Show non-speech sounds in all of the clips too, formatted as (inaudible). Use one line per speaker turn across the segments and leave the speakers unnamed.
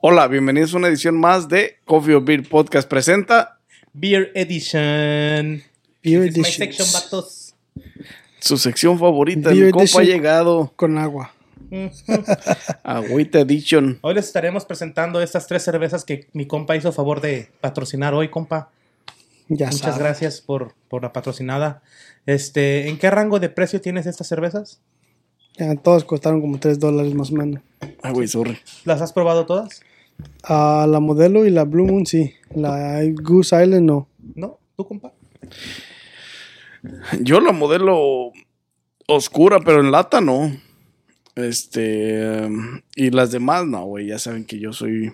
Hola, bienvenidos a una edición más de Coffee or Beer Podcast presenta
Beer Edition.
Beer
This is my
editions.
section, vatos.
su sección favorita.
Beer
Mi compa ha
edition.
llegado
con agua.
Agüita Edition.
Hoy les estaremos presentando estas tres cervezas que mi compa hizo favor de patrocinar hoy, compa.
Ya
Muchas
sabes.
gracias por, por la patrocinada. Este, ¿En qué rango de precio tienes estas cervezas?
Ya, todas costaron como 3 dólares más o menos.
Ay, Ah, güey, sorry.
¿Las has probado todas?
Ah, la modelo y la Blue Moon sí. La Goose Island no.
¿No? ¿Tú, compa?
Yo la modelo oscura, pero en lata no. Este. um, y las demás, no, güey. Ya saben que yo soy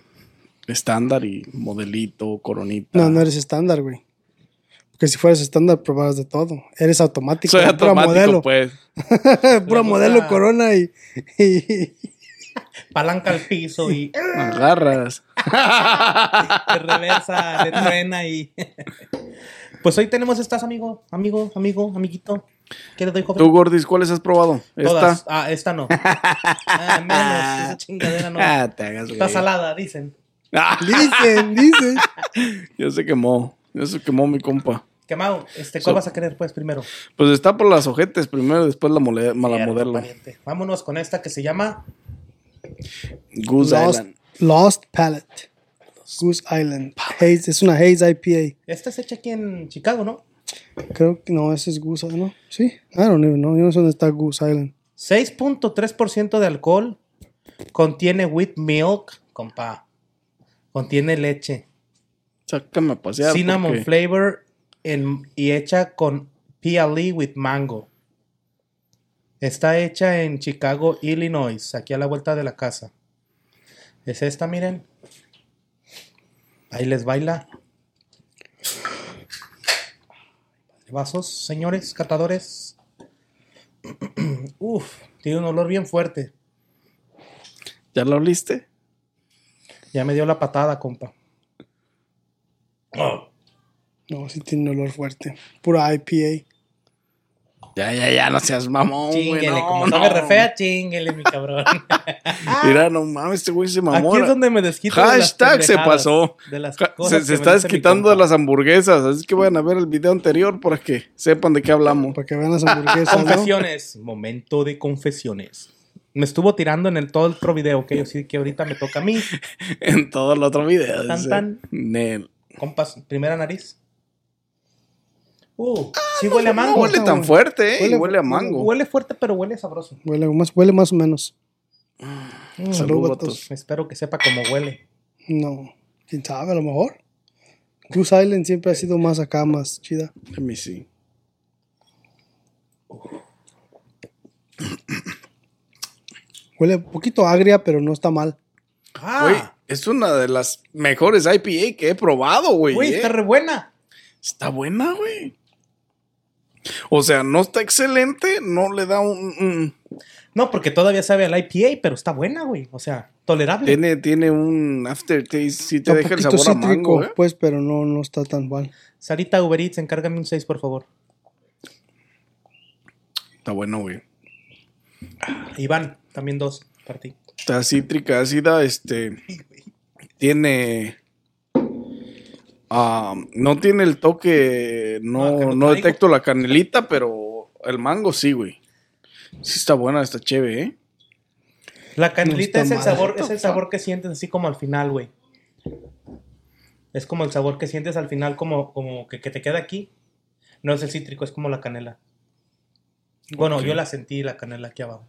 estándar y modelito, coronita.
No, no eres estándar, güey. Porque si fueras estándar, probaras de todo. Eres automático.
Soy
pura
automático,
modelo.
pues.
(laughs) pura
Le
modelo
gusta-
corona y, y-
Palanca al piso
(laughs)
y
Agarras.
de reversa, de truena y... (laughs) pues hoy tenemos estas, amigo, amigo, amigo, amiguito. ¿Qué le doy, joven?
Tú, Gordis, ¿cuáles has probado?
Todas.
Esta.
Ah,
(laughs)
esta no. Ah, menos. Esa chingadera no.
Ah, te hagas,
Está
güey.
salada, dicen.
Ah,
dicen, dicen.
ya se quemó. Ya se quemó mi compa.
Quemado, este,
So-
¿cuál vas a querer pues primero?
Pues está por las ojetes primero, después la, mole- mala
Cierto,
modelo.
pariente. Vámonos con esta que se llama
Goose
Lost,
Island.
Lost Palette. Goose Island. Haze, es una Haze IPA.
Esta es hecha aquí en Chicago, ¿no?
Creo que no, ese es Goose Island. ¿no? Sí, I don't even know. Yo no sé dónde está Goose Island.
6.3% de alcohol. Contiene wheat milk, compa. Contiene leche.
Sácame a pasear.
cinnamon
porque-
flavor en- y hecha con PLE with mango. Está hecha en Chicago, Illinois, aquí a la vuelta de la casa. Es esta, miren. Ahí les baila. Vasos, señores, catadores. (clears throat) Uf, tiene un olor bien fuerte.
¿Ya lo oliste?
Ya me dio la patada, compa.
No, sí tiene un olor fuerte. Pura IPA.
Ya, ya, ya, no seas mamón, güey.
Chinguele,
No,
como
Oh, no.
sabe re fea, chinguele, mi cabrón.
Mira, no mames, este güey se mamó.
Aquí es donde me desquito. de las
Hashtag se
pendejadas,
pasó.
de las
Ja,
cosas
se,
que
se
me
está
dice mi
desquitando de
compa.
las hamburguesas. Así que vayan a ver el video anterior para que sepan de qué
(laughs)
hablamos.
Para que vean las
(laughs)
hamburguesas, ¿no?
Confesiones. Momento de confesiones. Me estuvo tirando en el todo el otro video, que yo sí que ahorita me toca a mí.
En todo el otro video.
Tan,
dice.
tan.
Nel.
Compas, primera nariz.
Ah,
Uh, sí huele a mango.
huele
está
tan
bueno.
fuerte, ¿eh? Huele,
Huele-
a mango.
Huele fuerte, pero huele sabroso.
Huele más, huele más o menos.
Mm,
Salud,
Salud,
vatos.
Espero que sepa cómo huele.
No. ¿Quién sabe? A lo mejor. Goose Island siempre ha sido más acá, más chida.
Let me see.
Huele un poquito agria, pero no está mal.
Güey,
Ah,
es una de las mejores IPA que he probado, güey.
güey,
¿eh?
está re buena.
Está buena, güey. O sea, no está excelente, no le da un... un-
No, porque todavía sabe al IPA, pero está buena, güey. O sea, tolerable.
tiene, tiene un aftertaste, sí te
Está
deja el sabor a mango, ¿eh?
pues, pero no, no está tan mal.
Sarita Uber Eats, encárgame un 6, por favor.
Está bueno, güey.
Iván, también dos para ti.
Está cítrica, ácida, este... Tiene... ah, no tiene el toque, no,
No, Ah, que no
no
traigo.
detecto la canelita, pero el mango sí, güey. Sí está buena, está chévere, ¿eh?
La canelita
No
es
está
el
mal.
sabor, es el sabor que sientes así como al final, güey. Es como el sabor que sientes al final, como, como que, que te queda aquí. No es el cítrico, es como la canela. Bueno,
Ok.
yo la sentí la canela aquí abajo.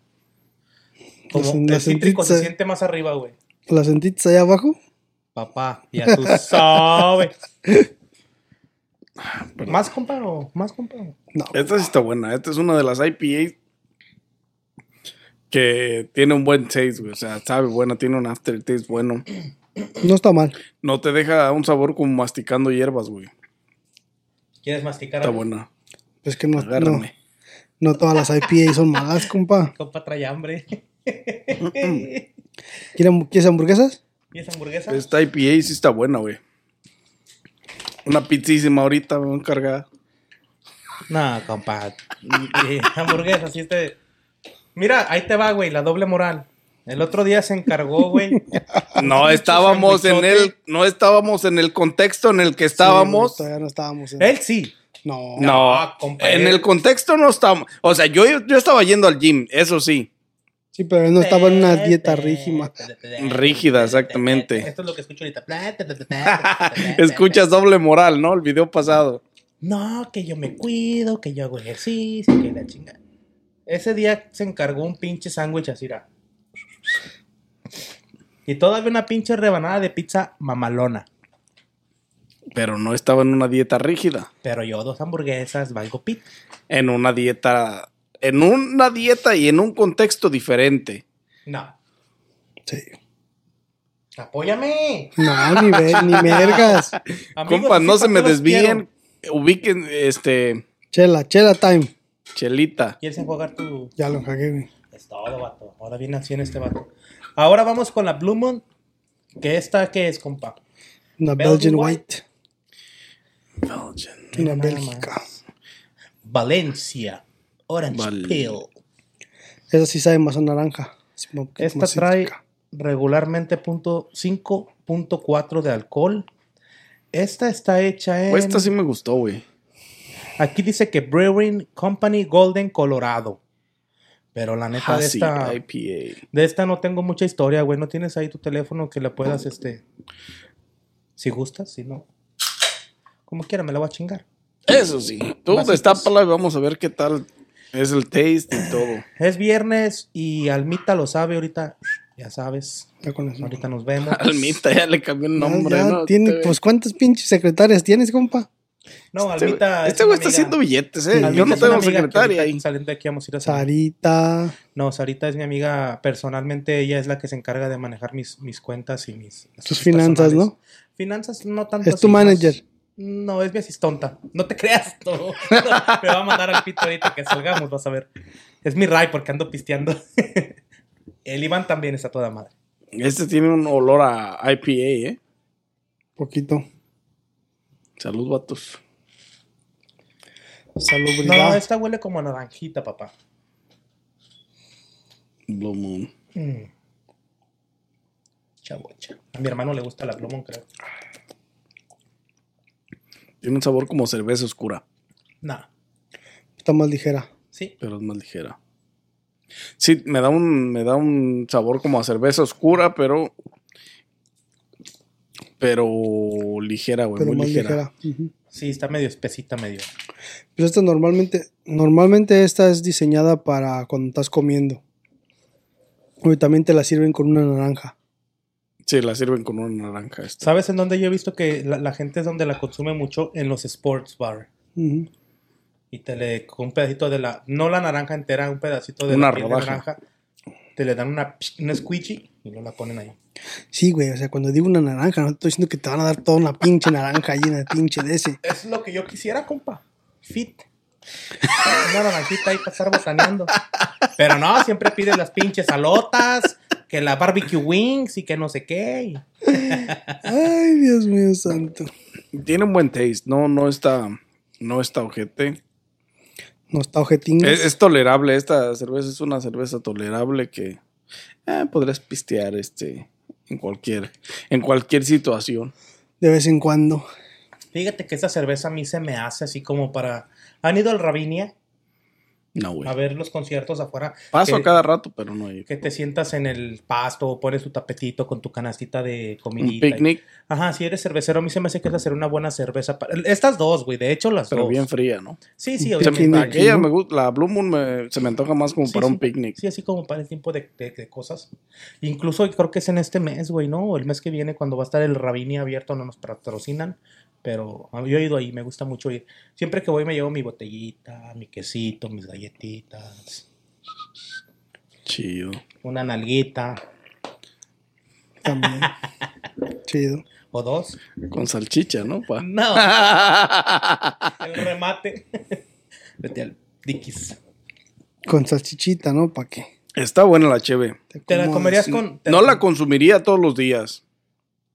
La
Como
sen- la
el cítrico se
sentiste-
siente más arriba, güey.
¿La sentiste allá abajo?
Papá, ya (laughs) tú sabes. ¿Más compa o más compa?
No.
Esta sí está buena. Esta es una de las IPAs que tiene un buen taste, güey. O sea, sabe bueno, tiene un aftertaste bueno. Eh.
No está mal.
No te deja un sabor como masticando hierbas, güey.
¿Quieres masticar?
Está
algo?
buena.
Es Pues que no, no,
Agárrame.
no todas las IPA son malas, compa.
Compa trae hambre. (laughs)
¿Quieren- ¿Quieres hamburguesas?
¿Y esa hamburguesa?
Esta IPA sí está buena, güey. Una pizzísima ahorita, me cargada.
No, compa. Y- y hamburguesa, así te. Mira, ahí te va, güey, la doble moral. El otro día se encargó, güey.
No estábamos en el, no estábamos en el contexto en el que estábamos. ¿Eh?
Sí, Ah, todavía no estábamos. en-
Él sí.
No.
no,
No, compa,
en
eh.
el contexto no estábamos. O sea, yo, yo estaba yendo al gym, eso sí,
Sí, pero él no estaba en una dieta rígida.
rígida, exactamente.
Esto es lo que escucho ahorita.
(laughs) Escuchas doble moral, ¿no? El video pasado.
No, que yo me cuido, que yo hago ejercicio, que la chinga. Ese día se encargó un pinche sándwich así, era. Y todavía una pinche rebanada de pizza mamalona.
Pero no estaba en una dieta rígida,
Pero yo dos hamburguesas, valgo pit.
en una dieta, en una dieta y en un contexto diferente.
No.
Sí.
¡Apóyame!
No, ni, ve- ni
(laughs)
mergas.
Amigos,
Compas,
así
no
pa'
se me
qué los
desvíen,
quiero.
ubiquen, este,
Chela, chela time.
chelita.
¿Quieres enjuagar tu...?
Ya lo cagué, güey.
Es todo, vato. Ahora viene así en este vato. Ahora vamos con la Blue Moon. Que esta que es, compa.
Una
Belgian
Belgian
White. Ah,
White.
Em.
Belgian.
Una
nada
Bélgica.
Valencia. Orange
Val-
Peel.
Esa sí sabe más a naranja. Es un poquito
Esta
más
trae
cítrica.
regularmente punto 5.4 de alcohol. Esta está hecha en...
Pues, Esta sí me gustó, güey.
Aquí dice que Brewing Company Golden, Colorado. Pero la neta de
Hazy
esta...
IPA.
De esta no tengo mucha historia, güey. ¿No tienes ahí tu teléfono que la puedas, este... Si gustas, si no. Como quiera, me la voy a chingar.
Eso sí. Tú destápala y vamos a ver qué tal es el taste y todo.
Es viernes y Almita lo sabe ahorita. Ya sabes.
Ya con eso.
Ahorita nos vemos.
(clears throat) (laughs) Almita ya le cambió el
Ya-
Ah,
nombre,
ya
¿no?
tiene,
Este
pues, ¿cuántas pinches secretarias tienes, compa?
No,
güey-
Almita.
Este güey está haciendo
billetes.
billetes, ¿eh? Yo no tengo secretaria ahí.
Saliendo de aquí vamos a ir a cenar.
Sarita.
No, Sarita es mi amiga personalmente, ella es la que se encarga de manejar mis, mis cuentas y mis...
Tus finanzas, ¿no?
Finanzas no tanto.
Es
así,
tu
más-
manager.
No, es mi asistonta. No te creas, (laughs) no. No, me va a mandar al pito ahorita que salgamos, vas a ver. Es mi Ray porque ando pisteando. (laughs) El Iván también está toda madre.
Este tiene un olor a IPA, ¿eh?
Poquito.
Salud, vatos.
Salubridad.
No, esta huele como a naranjita, papá.
Blue Moon.
Mm. Chavocha. A mi hermano le gusta la plumón, creo.
Tiene un sabor como cerveza oscura,
No.
Está más ligera.
Sí.
pero es más ligera. Sí, me da un, me da un sabor como a cerveza oscura, pero. Pero ligera, güey.
pero
Muy
más
ligera.
ligera. Ujú.
Sí, está medio espesita, medio.
Pero Pues esta normalmente, normalmente esta es diseñada para cuando estás comiendo. Y también te la sirven con una naranja.
Sí, la sirven con una naranja esta.
¿Sabes en dónde yo he visto que la, la gente es donde la consume mucho? En los sports bar.
Ujú.
Y te le con un pedacito de la, no la naranja entera, un pedacito de
Una
la piel de
rodaja.
naranja. Te le dan una, psh, una squeegee y no la ponen ahí.
Sí, güey, o sea, cuando digo una naranja, no te estoy diciendo que te van a dar toda una pinche naranja llena de pinche de ese.
Es lo que yo quisiera, compa.
(laughs)
Fit. Una naranjita ahí para estar botaneando. Pero no, siempre pide las pinches salotas, que la barbecue wings y que no sé qué.
Ay, Dios mío santo.
Tiene un buen taste. No, no está. No está ojete.
No está ojetín.
Es, es tolerable esta cerveza. Es una cerveza tolerable que eh, podrías pistear este en cualquier, en cualquier situación.
De vez en cuando.
Fíjate que esa cerveza a mí se me hace así como para... ¿Han ido al Ravinia
No, güey.
a ver eh, los conciertos afuera?
Paso
Que-
a cada rato, pero no hay.
que te sientas en el pasto o pones tu tapetito con tu canastita de
Un
comidita.
picnic,
Ajá, si eres cervecero, a mí se me hace que es hacer una buena cerveza. para- Estas dos, güey, de hecho las
pero
dos.
bien fría, ¿no?
Sí, sí,
Un
Se me-
Picnic,
obviamente.
aquella
¿no?
me gusta, la Blue Moon me- se me antoja más como
Sí,
para
sí.
un picnic.
Sí, así como para el tiempo de, de- de cosas. Incluso creo que es en este mes, güey, ¿no? O el mes que viene cuando va a estar el Rabini abierto, no nos patrocinan. Pero ah, yo he ido ahí, me gusta mucho ir. Siempre que voy me llevo mi botellita, mi quesito, mis galletitas.
Chido.
una nalguita
También. Chido.
o dos.
Con salchicha, ¿no? Pa?
(laughs)
(laughs)
No. El remate. (laughs) Vete al diquis.
Con salchichita, ¿no? ¿Para qué?
Está buena la cheve.
¿Te la
comas?
comerías con.? te
No la consumiría todos los días.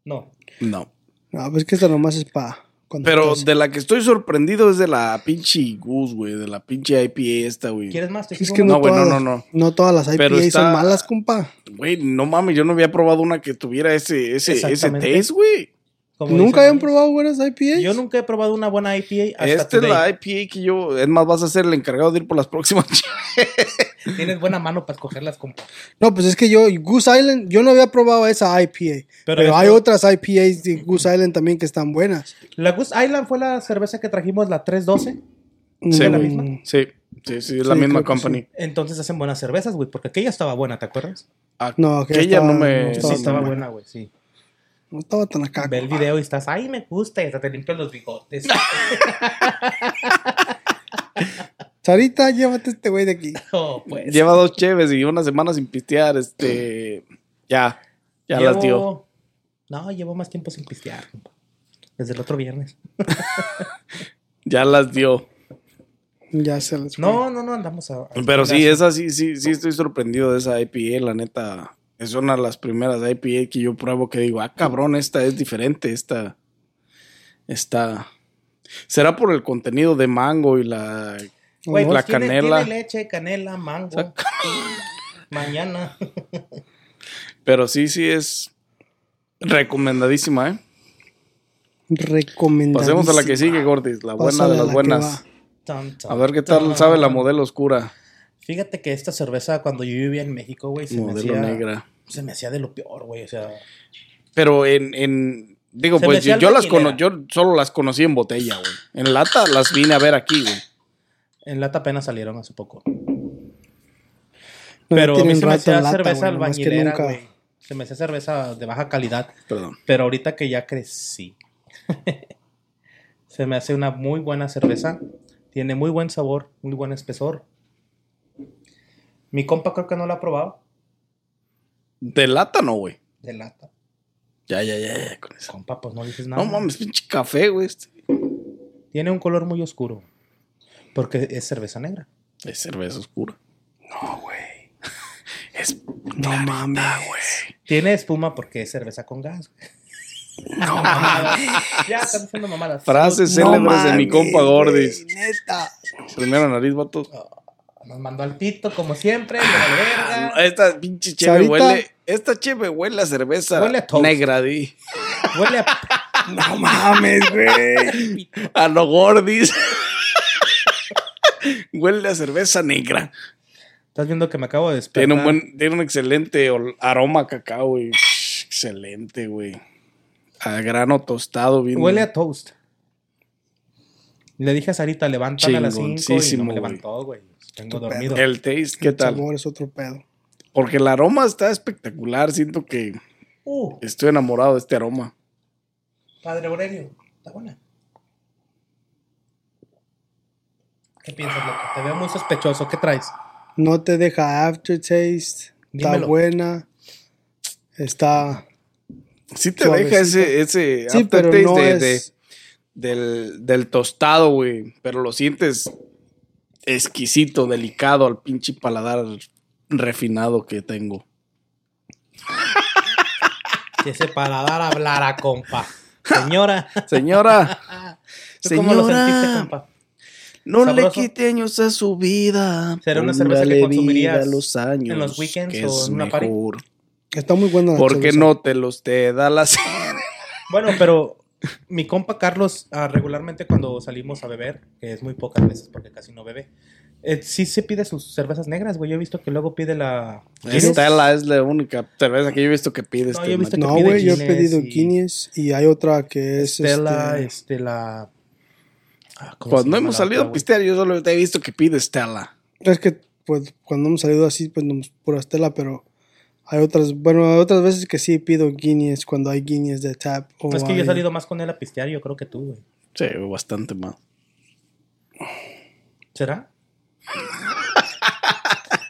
No.
No.
Ah, pues que esta nomás es para.
Pero de la que estoy sorprendido es de la pinche Goose, güey. De la pinche IPA esta, güey.
¿Quieres más? Te
Es
sigo
que
una-
No,
no,
güey,
todas,
no,
no,
no, no.
todas las IPA
Pero
son
está-
malas, compa.
Güey, no mames, yo no había probado una que tuviera ese, ese, ese
Exactamente.
taste, güey.
como
¿Nunca
dicen
habían
ellos.
probado buenas IPAs?
Yo nunca he probado una buena IPA hasta
Esta es
today.
la IPA que yo. Es más, vas a ser el encargado de ir por las próximas.
Tienes buena mano para escogerlas, compa.
No, pues es que yo, Goose Island, yo no había probado esa IPA. Pero,
esto-
hay otras IPAs de Goose Island también que están buenas.
La Goose Island fue la cerveza que trajimos, la 312.
(laughs) Sí,
la
güey.
Mm,
misma?
Sí, sí, sí, es la
Sí,
misma
creo que
company.
Entonces hacen buenas cervezas, güey, porque aquella estaba buena, ¿te acuerdas?
No,
No,
que
aquella
estaba-
Ah, no me.
no
Sí,
Estaba
estaba
buena.
buena, güey, sí.
No estaba tan acá.
Ve el video y estás, ay, me gusta, y hasta te limpian los (laughs) bigotes.
Sarita, llévate este güey de aquí.
No, pues.
Lleva dos cheves y una semana sin pistear, este. Ya, ya
Llevo-
las dio.
No, llevo más tiempo sin pistear, compa. Desde el otro viernes.
Ya las dio.
Ya se les fue.
No, no, no, andamos a. a-
Pero sí,
a-
esa sí, sí, sí estoy sorprendido de esa IPA, la neta. Es una de las primeras IPA que yo pruebo que digo, ah, cabrón, esta es diferente, esta. Esta. Será por el contenido de mango y la.
Güey,
la
pues tiene-
canela.
Tiene leche, canela, mango. Mañana.
Pero sí, sí es recomendadísima, ¿eh?
Recomendadísima.
Pasemos a la que sigue, Gordis, la buena de
Pásale a
las
la que
buenas.
Tan, tan,
A ver qué tal
tan.
sabe la modelo oscura,
Fíjate que esta cerveza, cuando yo vivía en México, güey, se, me
modelo
hacía-
negra.
se me hacía de lo peor, güey. O sea,
Pero en, en digo,
Se me
pues
hacía
yo, yo las
albañilera.
cono- yo solo las conocí en botella, güey. En lata las vine a ver aquí, güey.
en lata apenas salieron hace poco.
No, ya
Pero a mí
tienen
se me
rato en
hacía
lata,
cerveza
güey, nomás que
albañilera,
nunca-
güey. Se me hacía cerveza de baja calidad.
Perdón.
Pero ahorita que ya crecí, (laughs) se me hace una muy buena cerveza. Tiene muy buen sabor, muy buen espesor. Mi compa creo que no la ha probado.
De lata no, güey.
De lata.
Ya, ya, ya, ya, con eso.
Compa, pues no dices nada.
No mames, pinche café, güey. este.
Tiene un color muy oscuro. Porque es cerveza negra.
Es cerveza oscura.
No, güey.
(laughs) Es
No mames.
Tiene espuma porque es cerveza con gas. (laughs)
No mames.
ya, están haciendo mamadas.
frases
No
célebres de mi
mames,
compa
güey,
Gordis.
Neta.
Primera nariz, vatos.
Nos mandó al pito, como siempre. le vale
(laughs)
verga.
Esta pinche cheve
Sarita.
huele. Esta cheve huele a cerveza
Huele a toast.
negra, di.
Huele a
No mames, güey.
pito.
A lo Gordis. huele a cerveza negra.
Estás viendo que me acabo de despertar.
Tiene un, buen, tiene un excelente ol- aroma a cacao, güey. Excelente, güey. A grano tostado, bien.
Huele a toast. Le dije a Sarita, levántame a las 5 y no
Chingoncísimo,
me
güey.
levantó, güey. Tengo dormido.
El taste, ¿qué
El
tal?
sabor es otro pedo.
Porque el aroma está espectacular. Siento que
Uh,
estoy enamorado de este aroma.
padre Aurelio, está buena. ¿Qué piensas, loco? Te veo muy sospechoso. ¿Qué traes?
No te deja aftertaste. Está
Dímelo.
buena. Está.
Sí te
Suavecito.
deja ese, ese
Sí, pero
aftertaste
no
de-
es.
de- del, del tostado, güey. Pero lo sientes exquisito, delicado al pinche paladar refinado que tengo.
Que ese paladar hablara, compa. Señora, (laughs)
Señora,
Ah, ¿tú cómo lo sentiste,
Señora.
compa?
no le
Sabroso.
quite años a su vida.
Será una cerveza que
Póngale
consumirías
vida a los años,
en los weekends
que
o
es
en una party.
mejor.
Está muy buena la
Porque
cerveza.
no te los te da la sed?
Bueno, pero mi compa Carlos, ah, regularmente cuando salimos a beber, que es muy pocas veces porque casi no bebe, eh, sí se pide sus cervezas negras, güey. Yo he visto que luego pide la.
Estela es la única cerveza que yo he visto que pide
No,
este
yo he visto
macho.
No,
pide
güey, yo he
Guinness
pedido
y-
Guinness y hay otra que es.
Estela,
este,
este, la. ah, ¿cómo se
Cuando
llama
Pues hemos
la
salido
otra,
a
güey?
pistear, yo solo te he visto que pide Estela.
Es que pues cuando hemos salido así, pues no hemos pura Estela, pero hay otras, bueno, hay otras veces que sí pido Guinness cuando hay Guinness de tap. o
Pues Es que yo he
hay-
salido más con él a pistear, yo creo que tú, güey.
Sí, bastante mal.
¿Será?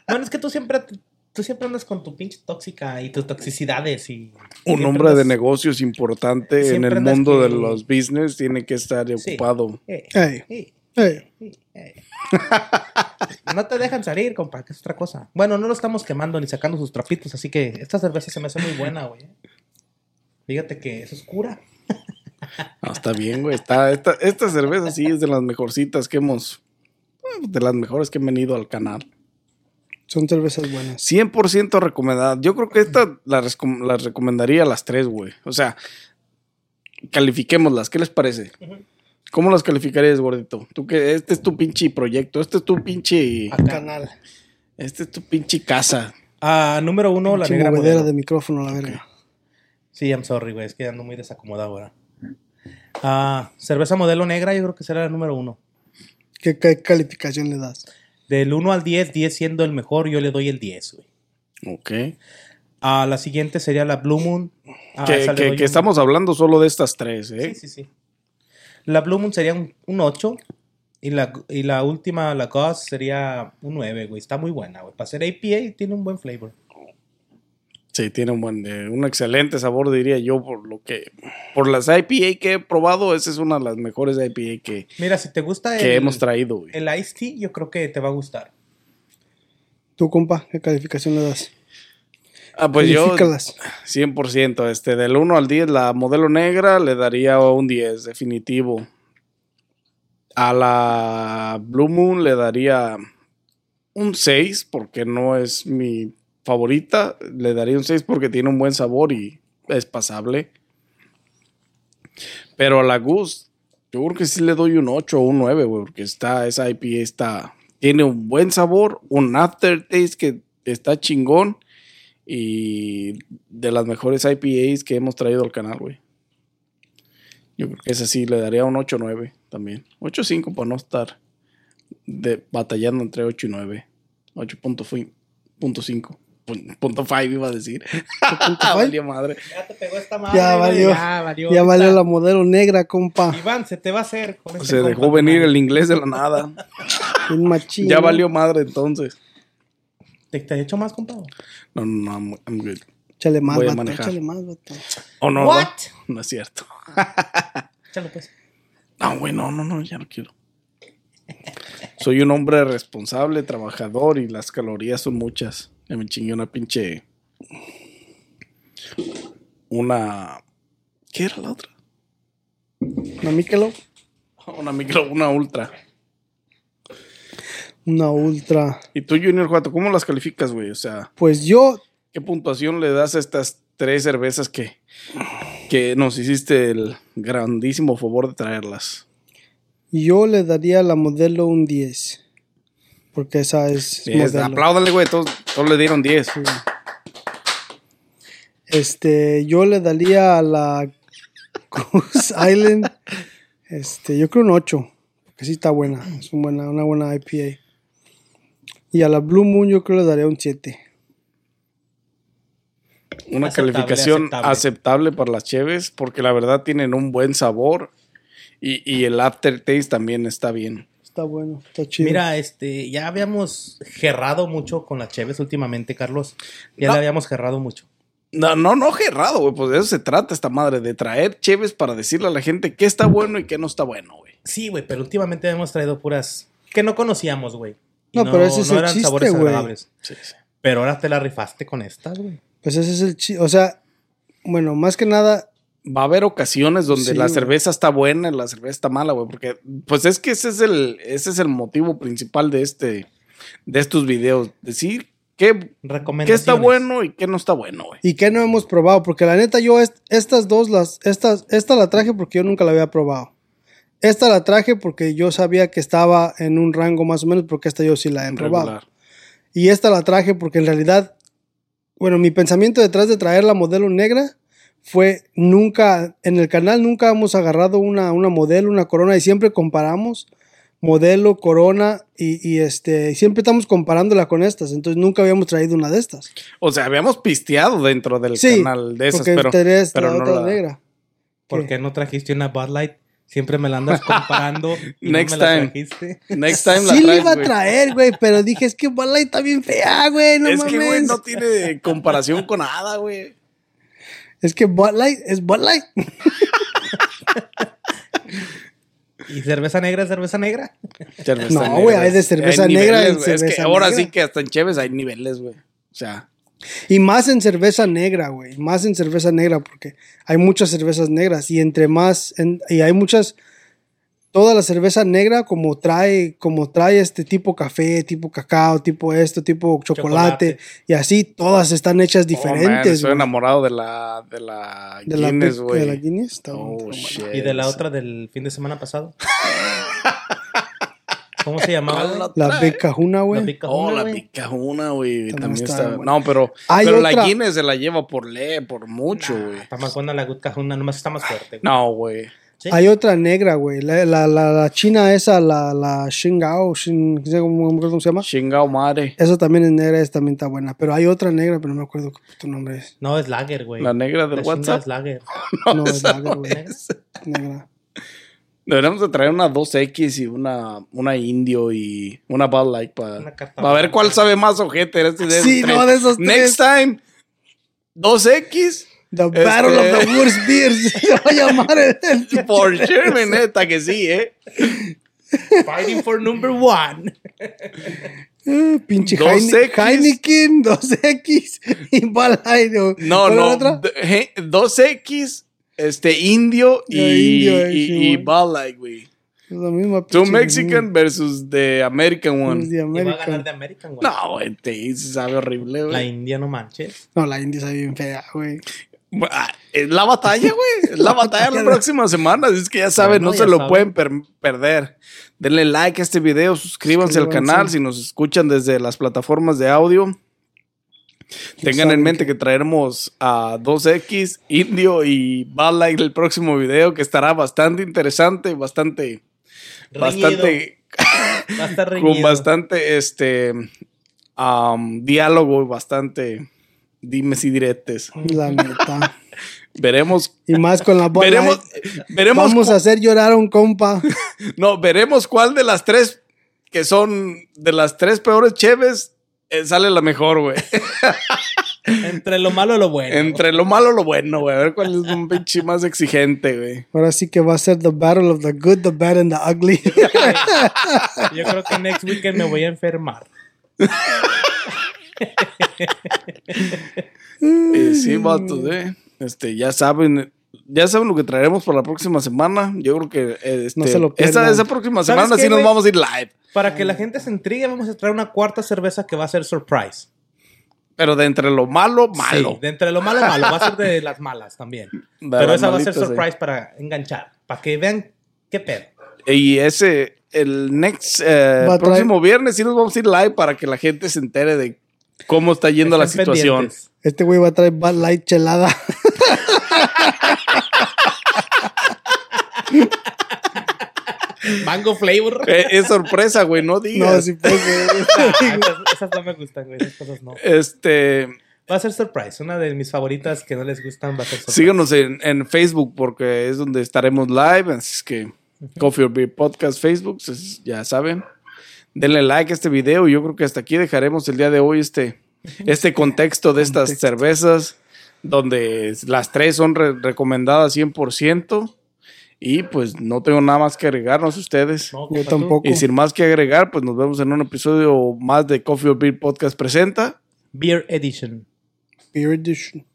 bueno, es que tú siempre te- Tú siempre andas con tu pinche tóxica y tus toxicidades y...
Un
siempre
hombre de
andas-
negocios importante en
Siempre
el
andas
mundo de
con-
los business tiene que estar
Sí.
ocupado.
Eh,
Ey,
eh,
ey.
eh, eh. No te dejan salir, compa, que es otra cosa. Bueno, no lo estamos quemando ni sacando sus trapitos, así que esta cerveza se me hace muy buena, güey. eh. Fíjate que es oscura.
No, Ah, está bien, güey. Está, esta, esta cerveza sí es de las mejorcitas que hemos. De las mejores que han venido al canal.
Son cervezas buenas.
100% recomendada. Yo creo que esta la, rescom- la recomendaría a las tres, güey. O sea, califiquémoslas. ¿Qué les parece? ¿Cómo las calificarías, gordito? Tú que este es tu pinche proyecto, este es tu pinche,
Acá.
Canal.
este es tu pinche casa.
Ah, número uno, la
Pinche
negra
movedera
modelo.
de micrófono, la verga.
Sí, I'm sorry, güey. Es que ando muy desacomodado ahora. Ah, cerveza modelo negra, yo creo que será la número uno.
¿Qué, qué calificación le das?
Del 1 al 10, 10 siendo el mejor, yo le doy el 10, güey.
Ok.
Ah, la siguiente sería la Blue Moon. Ah,
que
esa le
que-
doy
que
un-
estamos hablando solo de estas tres, ¿eh?
Sí, sí, sí. La Blue Moon sería un, un 8. Y la, y la última, la Ghost, sería un 9, güey. Está muy buena, güey. Para ser APA, tiene un buen flavor.
Sí, tiene un buen, eh, un excelente sabor, diría yo, por lo que, por las IPA que he probado, esa es una de las mejores IPA que,
Mira, si te gusta
que
el,
hemos traído, güey.
el Ice Tea, yo creo que te va a gustar.
¿Tú, compa, qué calificación le das?
Ah, pues yo,
Califícalas.
100%, este, del 1 al 10, la modelo negra le daría un 10, definitivo. A la Blue Moon le daría un 6, porque no es mi favorita, le daría un 6 porque tiene un buen sabor y es pasable. Pero a la Goose, yo creo que sí le doy un 8 o un 9, güey, porque está, esa IPA está, tiene un buen sabor, un aftertaste que está chingón y de las mejores IPAs que hemos traído al canal, güey. Yo creo que esa sí le daría un 8-9 también. 8-5 para no estar de, batallando entre 8 y 9. 8.5. Pun- Punto 5 iba a decir. (laughs)
(laughs)
Ah, Valió madre.
Ya te pegó esta
Ya
Ah, güey.
valió.
Ya valió.
Ya valió
Está-
la modelo negra, compa.
Iván, se te va a hacer. con este
Se
compa,
dejó
tu
venir
madre.
el inglés de la nada.
Bien machín.
(laughs) Ya valió madre entonces.
¿Te, te has hecho más, compa?
No, no, no, I'm, I'm good.
Échale más,
Voy a
vato.
manejar.
Échale más, vato.
Oh, no,
What?
no. No es cierto.
Échale, pues.
No, Ah, güey, no, no, no, ya no quiero. Soy un hombre responsable, trabajador y las calorías son muchas. Ya me chingué una pinche. Una. ¿Qué era la otra? (laughs)
Una Michelob,
Una micro, una ultra.
una ultra.
¿Y tú, Junior Juato, cómo las calificas, güey? O sea,
Pues yo,
¿qué puntuación le das a estas tres cervezas que, que nos hiciste el grandísimo favor de traerlas?
yo le daría a la modelo un 10. Porque esa es
Diez,
modelo.
apláudale, güey, todos, todos le dieron 10.
Este, yo le daría a la (laughs) Goose Island. Este, yo creo un 8. Porque sí está buena. Es un buena, una buena IPA. Y a la Blue Moon yo creo le daría un 7.
una
Aceptable,
calificación aceptable.
aceptable.
para las cheves porque la verdad tienen un buen sabor y, y el aftertaste también está bien.
Está bueno, está chido.
Mira, este, ya habíamos gerrado mucho con las Cheves últimamente, Carlos. Ya
No.
le habíamos gerrado mucho.
No, no, no, Gerrado, güey, pues de eso se trata esta madre, de traer cheves para decirle a la gente qué está bueno y qué no está bueno, güey.
Sí, güey, pero últimamente hemos traído puras que no conocíamos, güey. Y
No, pero ese es el chiste, güey.
Sí, sí.
Pero ahora te la rifaste con estas, güey.
Pues ese es el chi- O sea, bueno, más que nada,
Va a haber ocasiones donde
Sí,
la
güey.
cerveza está buena y la cerveza está mala, güey, porque pues es que ese es el ese es el motivo principal de este de estos videos, decir qué,
Recomendaciones.
qué está bueno y qué no está bueno, güey.
y que no hemos probado, porque la neta yo est- estas dos las estas esta la traje porque yo nunca la había probado. Esta la traje porque yo sabía que estaba en un rango más o menos, porque esta yo sí la he probado.
Regular.
Y esta la traje porque en realidad, bueno, mi pensamiento detrás de traer la modelo negra fue nunca, en el canal nunca hemos agarrado una, una modelo, una corona y siempre comparamos modelo, corona y, y este, siempre estamos comparándola con estas, entonces nunca habíamos traído una de estas.
O sea, habíamos pisteado dentro del canal de esas,
porque
pero,
tenés
pero
la
no
otra
la-
negra.
¿Por qué no trajiste una Bud Light? Siempre me la andas
(laughs)
comparando. y
Next
no me la
time.
trajiste.
Next time la
sí le
traes,
iba a
güey.
traer, güey, pero dije, es que Bud Light está bien fea, güey, no
es
mames.
que, güey, no tiene comparación con nada, güey.
Es que Bud Light es Bud Light. (laughs)
¿Y cerveza negra es cerveza negra?
Cerveza
No,
negra.
güey, hay de cerveza negra
niveles,
y
güey. Es que
cerveza
ahora
negra.
sí que hasta en Cheves hay niveles, güey. O sea,
Y más en cerveza negra, güey. Más en cerveza negra, porque hay muchas cervezas negras. Y entre más. en- y hay muchas. Toda la cerveza negra, como trae, como trae este tipo café, tipo cacao, tipo esto, tipo chocolate.
Chocolate.
y así, todas están hechas
oh, man,
diferentes.
estoy
güey.
enamorado de la de la
de la
Guinness,
pic-
güey.
de la Guinness, está
Oh,
bueno.
shit.
¿Y de la otra del fin de semana pasado? ¿Cómo se llamaba? güey?
La Big Kahuna,
La
güey.
Big
Oh,
Kahuna,
la
güey.
picajuna, güey.
También
También
está
está.
buena.
No, pero,
Hay
pero la
otra-
Guinness se la lleva por le, por mucho, güey.
Está más buena la Good Kahuna, nomás está más fuerte. güey.
No, güey.
Sí.
Hay otra negra, güey. La, la, la, la china esa, la, la Shingao, Shin, no sé cómo no me acuerdo cómo se llama.
Chingao madre. (laughs)
Esa también es negra, esa también está buena. Pero hay otra negra, pero no me acuerdo qué puto nombre es.
No, es Lager, güey.
La negra del
La chinga
WhatsApp.
es Lager.
No, es negra, güey.
¿Negra?
Negra.
Deberíamos de traer una 2X y una, una indio y una Bud Light para
Una carta
ver
blanca.
cuál sabe más ojete. de este- de
Sí,
esos
no, de esos
Next time,
(laughs)
2X
The Battle of
Este-
the Worst Beers. (laughs) Se va a llamar el,
(laughs)
el
por Sherman, neta que sí, ¿eh?
Fighting for number one.
Eh, pinche
Dos
Heine-
X.
Heineken, 2X (laughs) y Bud Light, güey.
No,
¿Cuál era
no.
otra?
d- eh, 2X, este indio y,
Ya, indio, eh,
y,
sí,
y
güey.
Bud Light, güey.
Es la misma
Two
pinche
Mexican versus the American
línea. Es
one.
de
Y va a ganar
American.
de American, güey.
No, güey, te sabe horrible,
La
güey.
India no manches.
No, la India está bien fea, güey.
Ah, Es la batalla, güey. Es
(laughs)
la batalla la próxima semana. Es que ya saben,
Bueno,
no
ya
se lo
saben.
pueden per- perder. Denle like a este video, suscríbanse al
Suscríbanse.
canal si nos escuchan desde las plataformas de audio. Tengan en
saben
mente que traeremos a 2X, Indio y Bad Light el próximo video que estará bastante interesante, bastante, bastante
Reñido. Va a estar reñido.
con bastante este am, diálogo y bastante dimes y diretes.
La neta.
Veremos,
Y más
(laughs)
con la Bud Light.
veremos, veremos,
Vamos a hacer llorar a un compa.
cu- no, veremos cuál de las tres que son de las tres peores cheves eh, sale la mejor, güey.
Entre lo malo y lo bueno.
Entre lo malo lo bueno, güey. A ver cuál es un pinche más exigente, güey.
Ahora sí que va a ser The Battle of the Good, the Bad and the Ugly.
Yo creo que next weekend me voy a enfermar.
Eh, sí, vatos, eh. Este, ya saben, ya saben lo que traeremos para la próxima semana. Yo creo que eh, este,
No se lo
esa,
pierdan.
esa próxima
¿Sabes
semana
qué,
sí nos
güey?
vamos a ir live.
Para que la gente se intrigue, vamos a traer una cuarta cerveza que va a ser surprise.
Pero de entre lo malo, malo.
Sí, de entre lo malo, malo. Va a ser de las malas también.
(laughs) De
Pero
las
esa va a ser
malitas, sí.
surprise para enganchar. Para que vean qué pedo.
Y ese, el next, eh,
Va a traer-
próximo viernes sí nos vamos a ir live para que la gente se entere de cómo está yendo la
Estén
situación.
pendientes.
Este güey va a traer Bad Light chelada.
(laughs)
Mango flavor.
Eh, es sorpresa, güey, no digas.
(laughs) No, sí, pues, güey.
(laughs) Ah, esas, esas no me gustan, güey. Esas cosas no.
Este,
Va a ser surprise. Una de mis favoritas que no les gustan va a ser surprise.
síganos en, en Facebook porque es donde estaremos live, así es que Coffee or Beer Podcast Facebook, pues, ya saben. Denle like a este video. Yo creo que hasta aquí dejaremos el día de hoy este, este contexto de estas cervezas, donde las tres son re- recomendadas 100%. Y pues no tengo nada más que agregarnos ustedes.
No,
Yo
compa, tú.
tampoco.
Y sin más que agregar, pues nos vemos en un episodio más de Coffee or Beer Podcast presenta.
Beer Edition.
Beer Edition.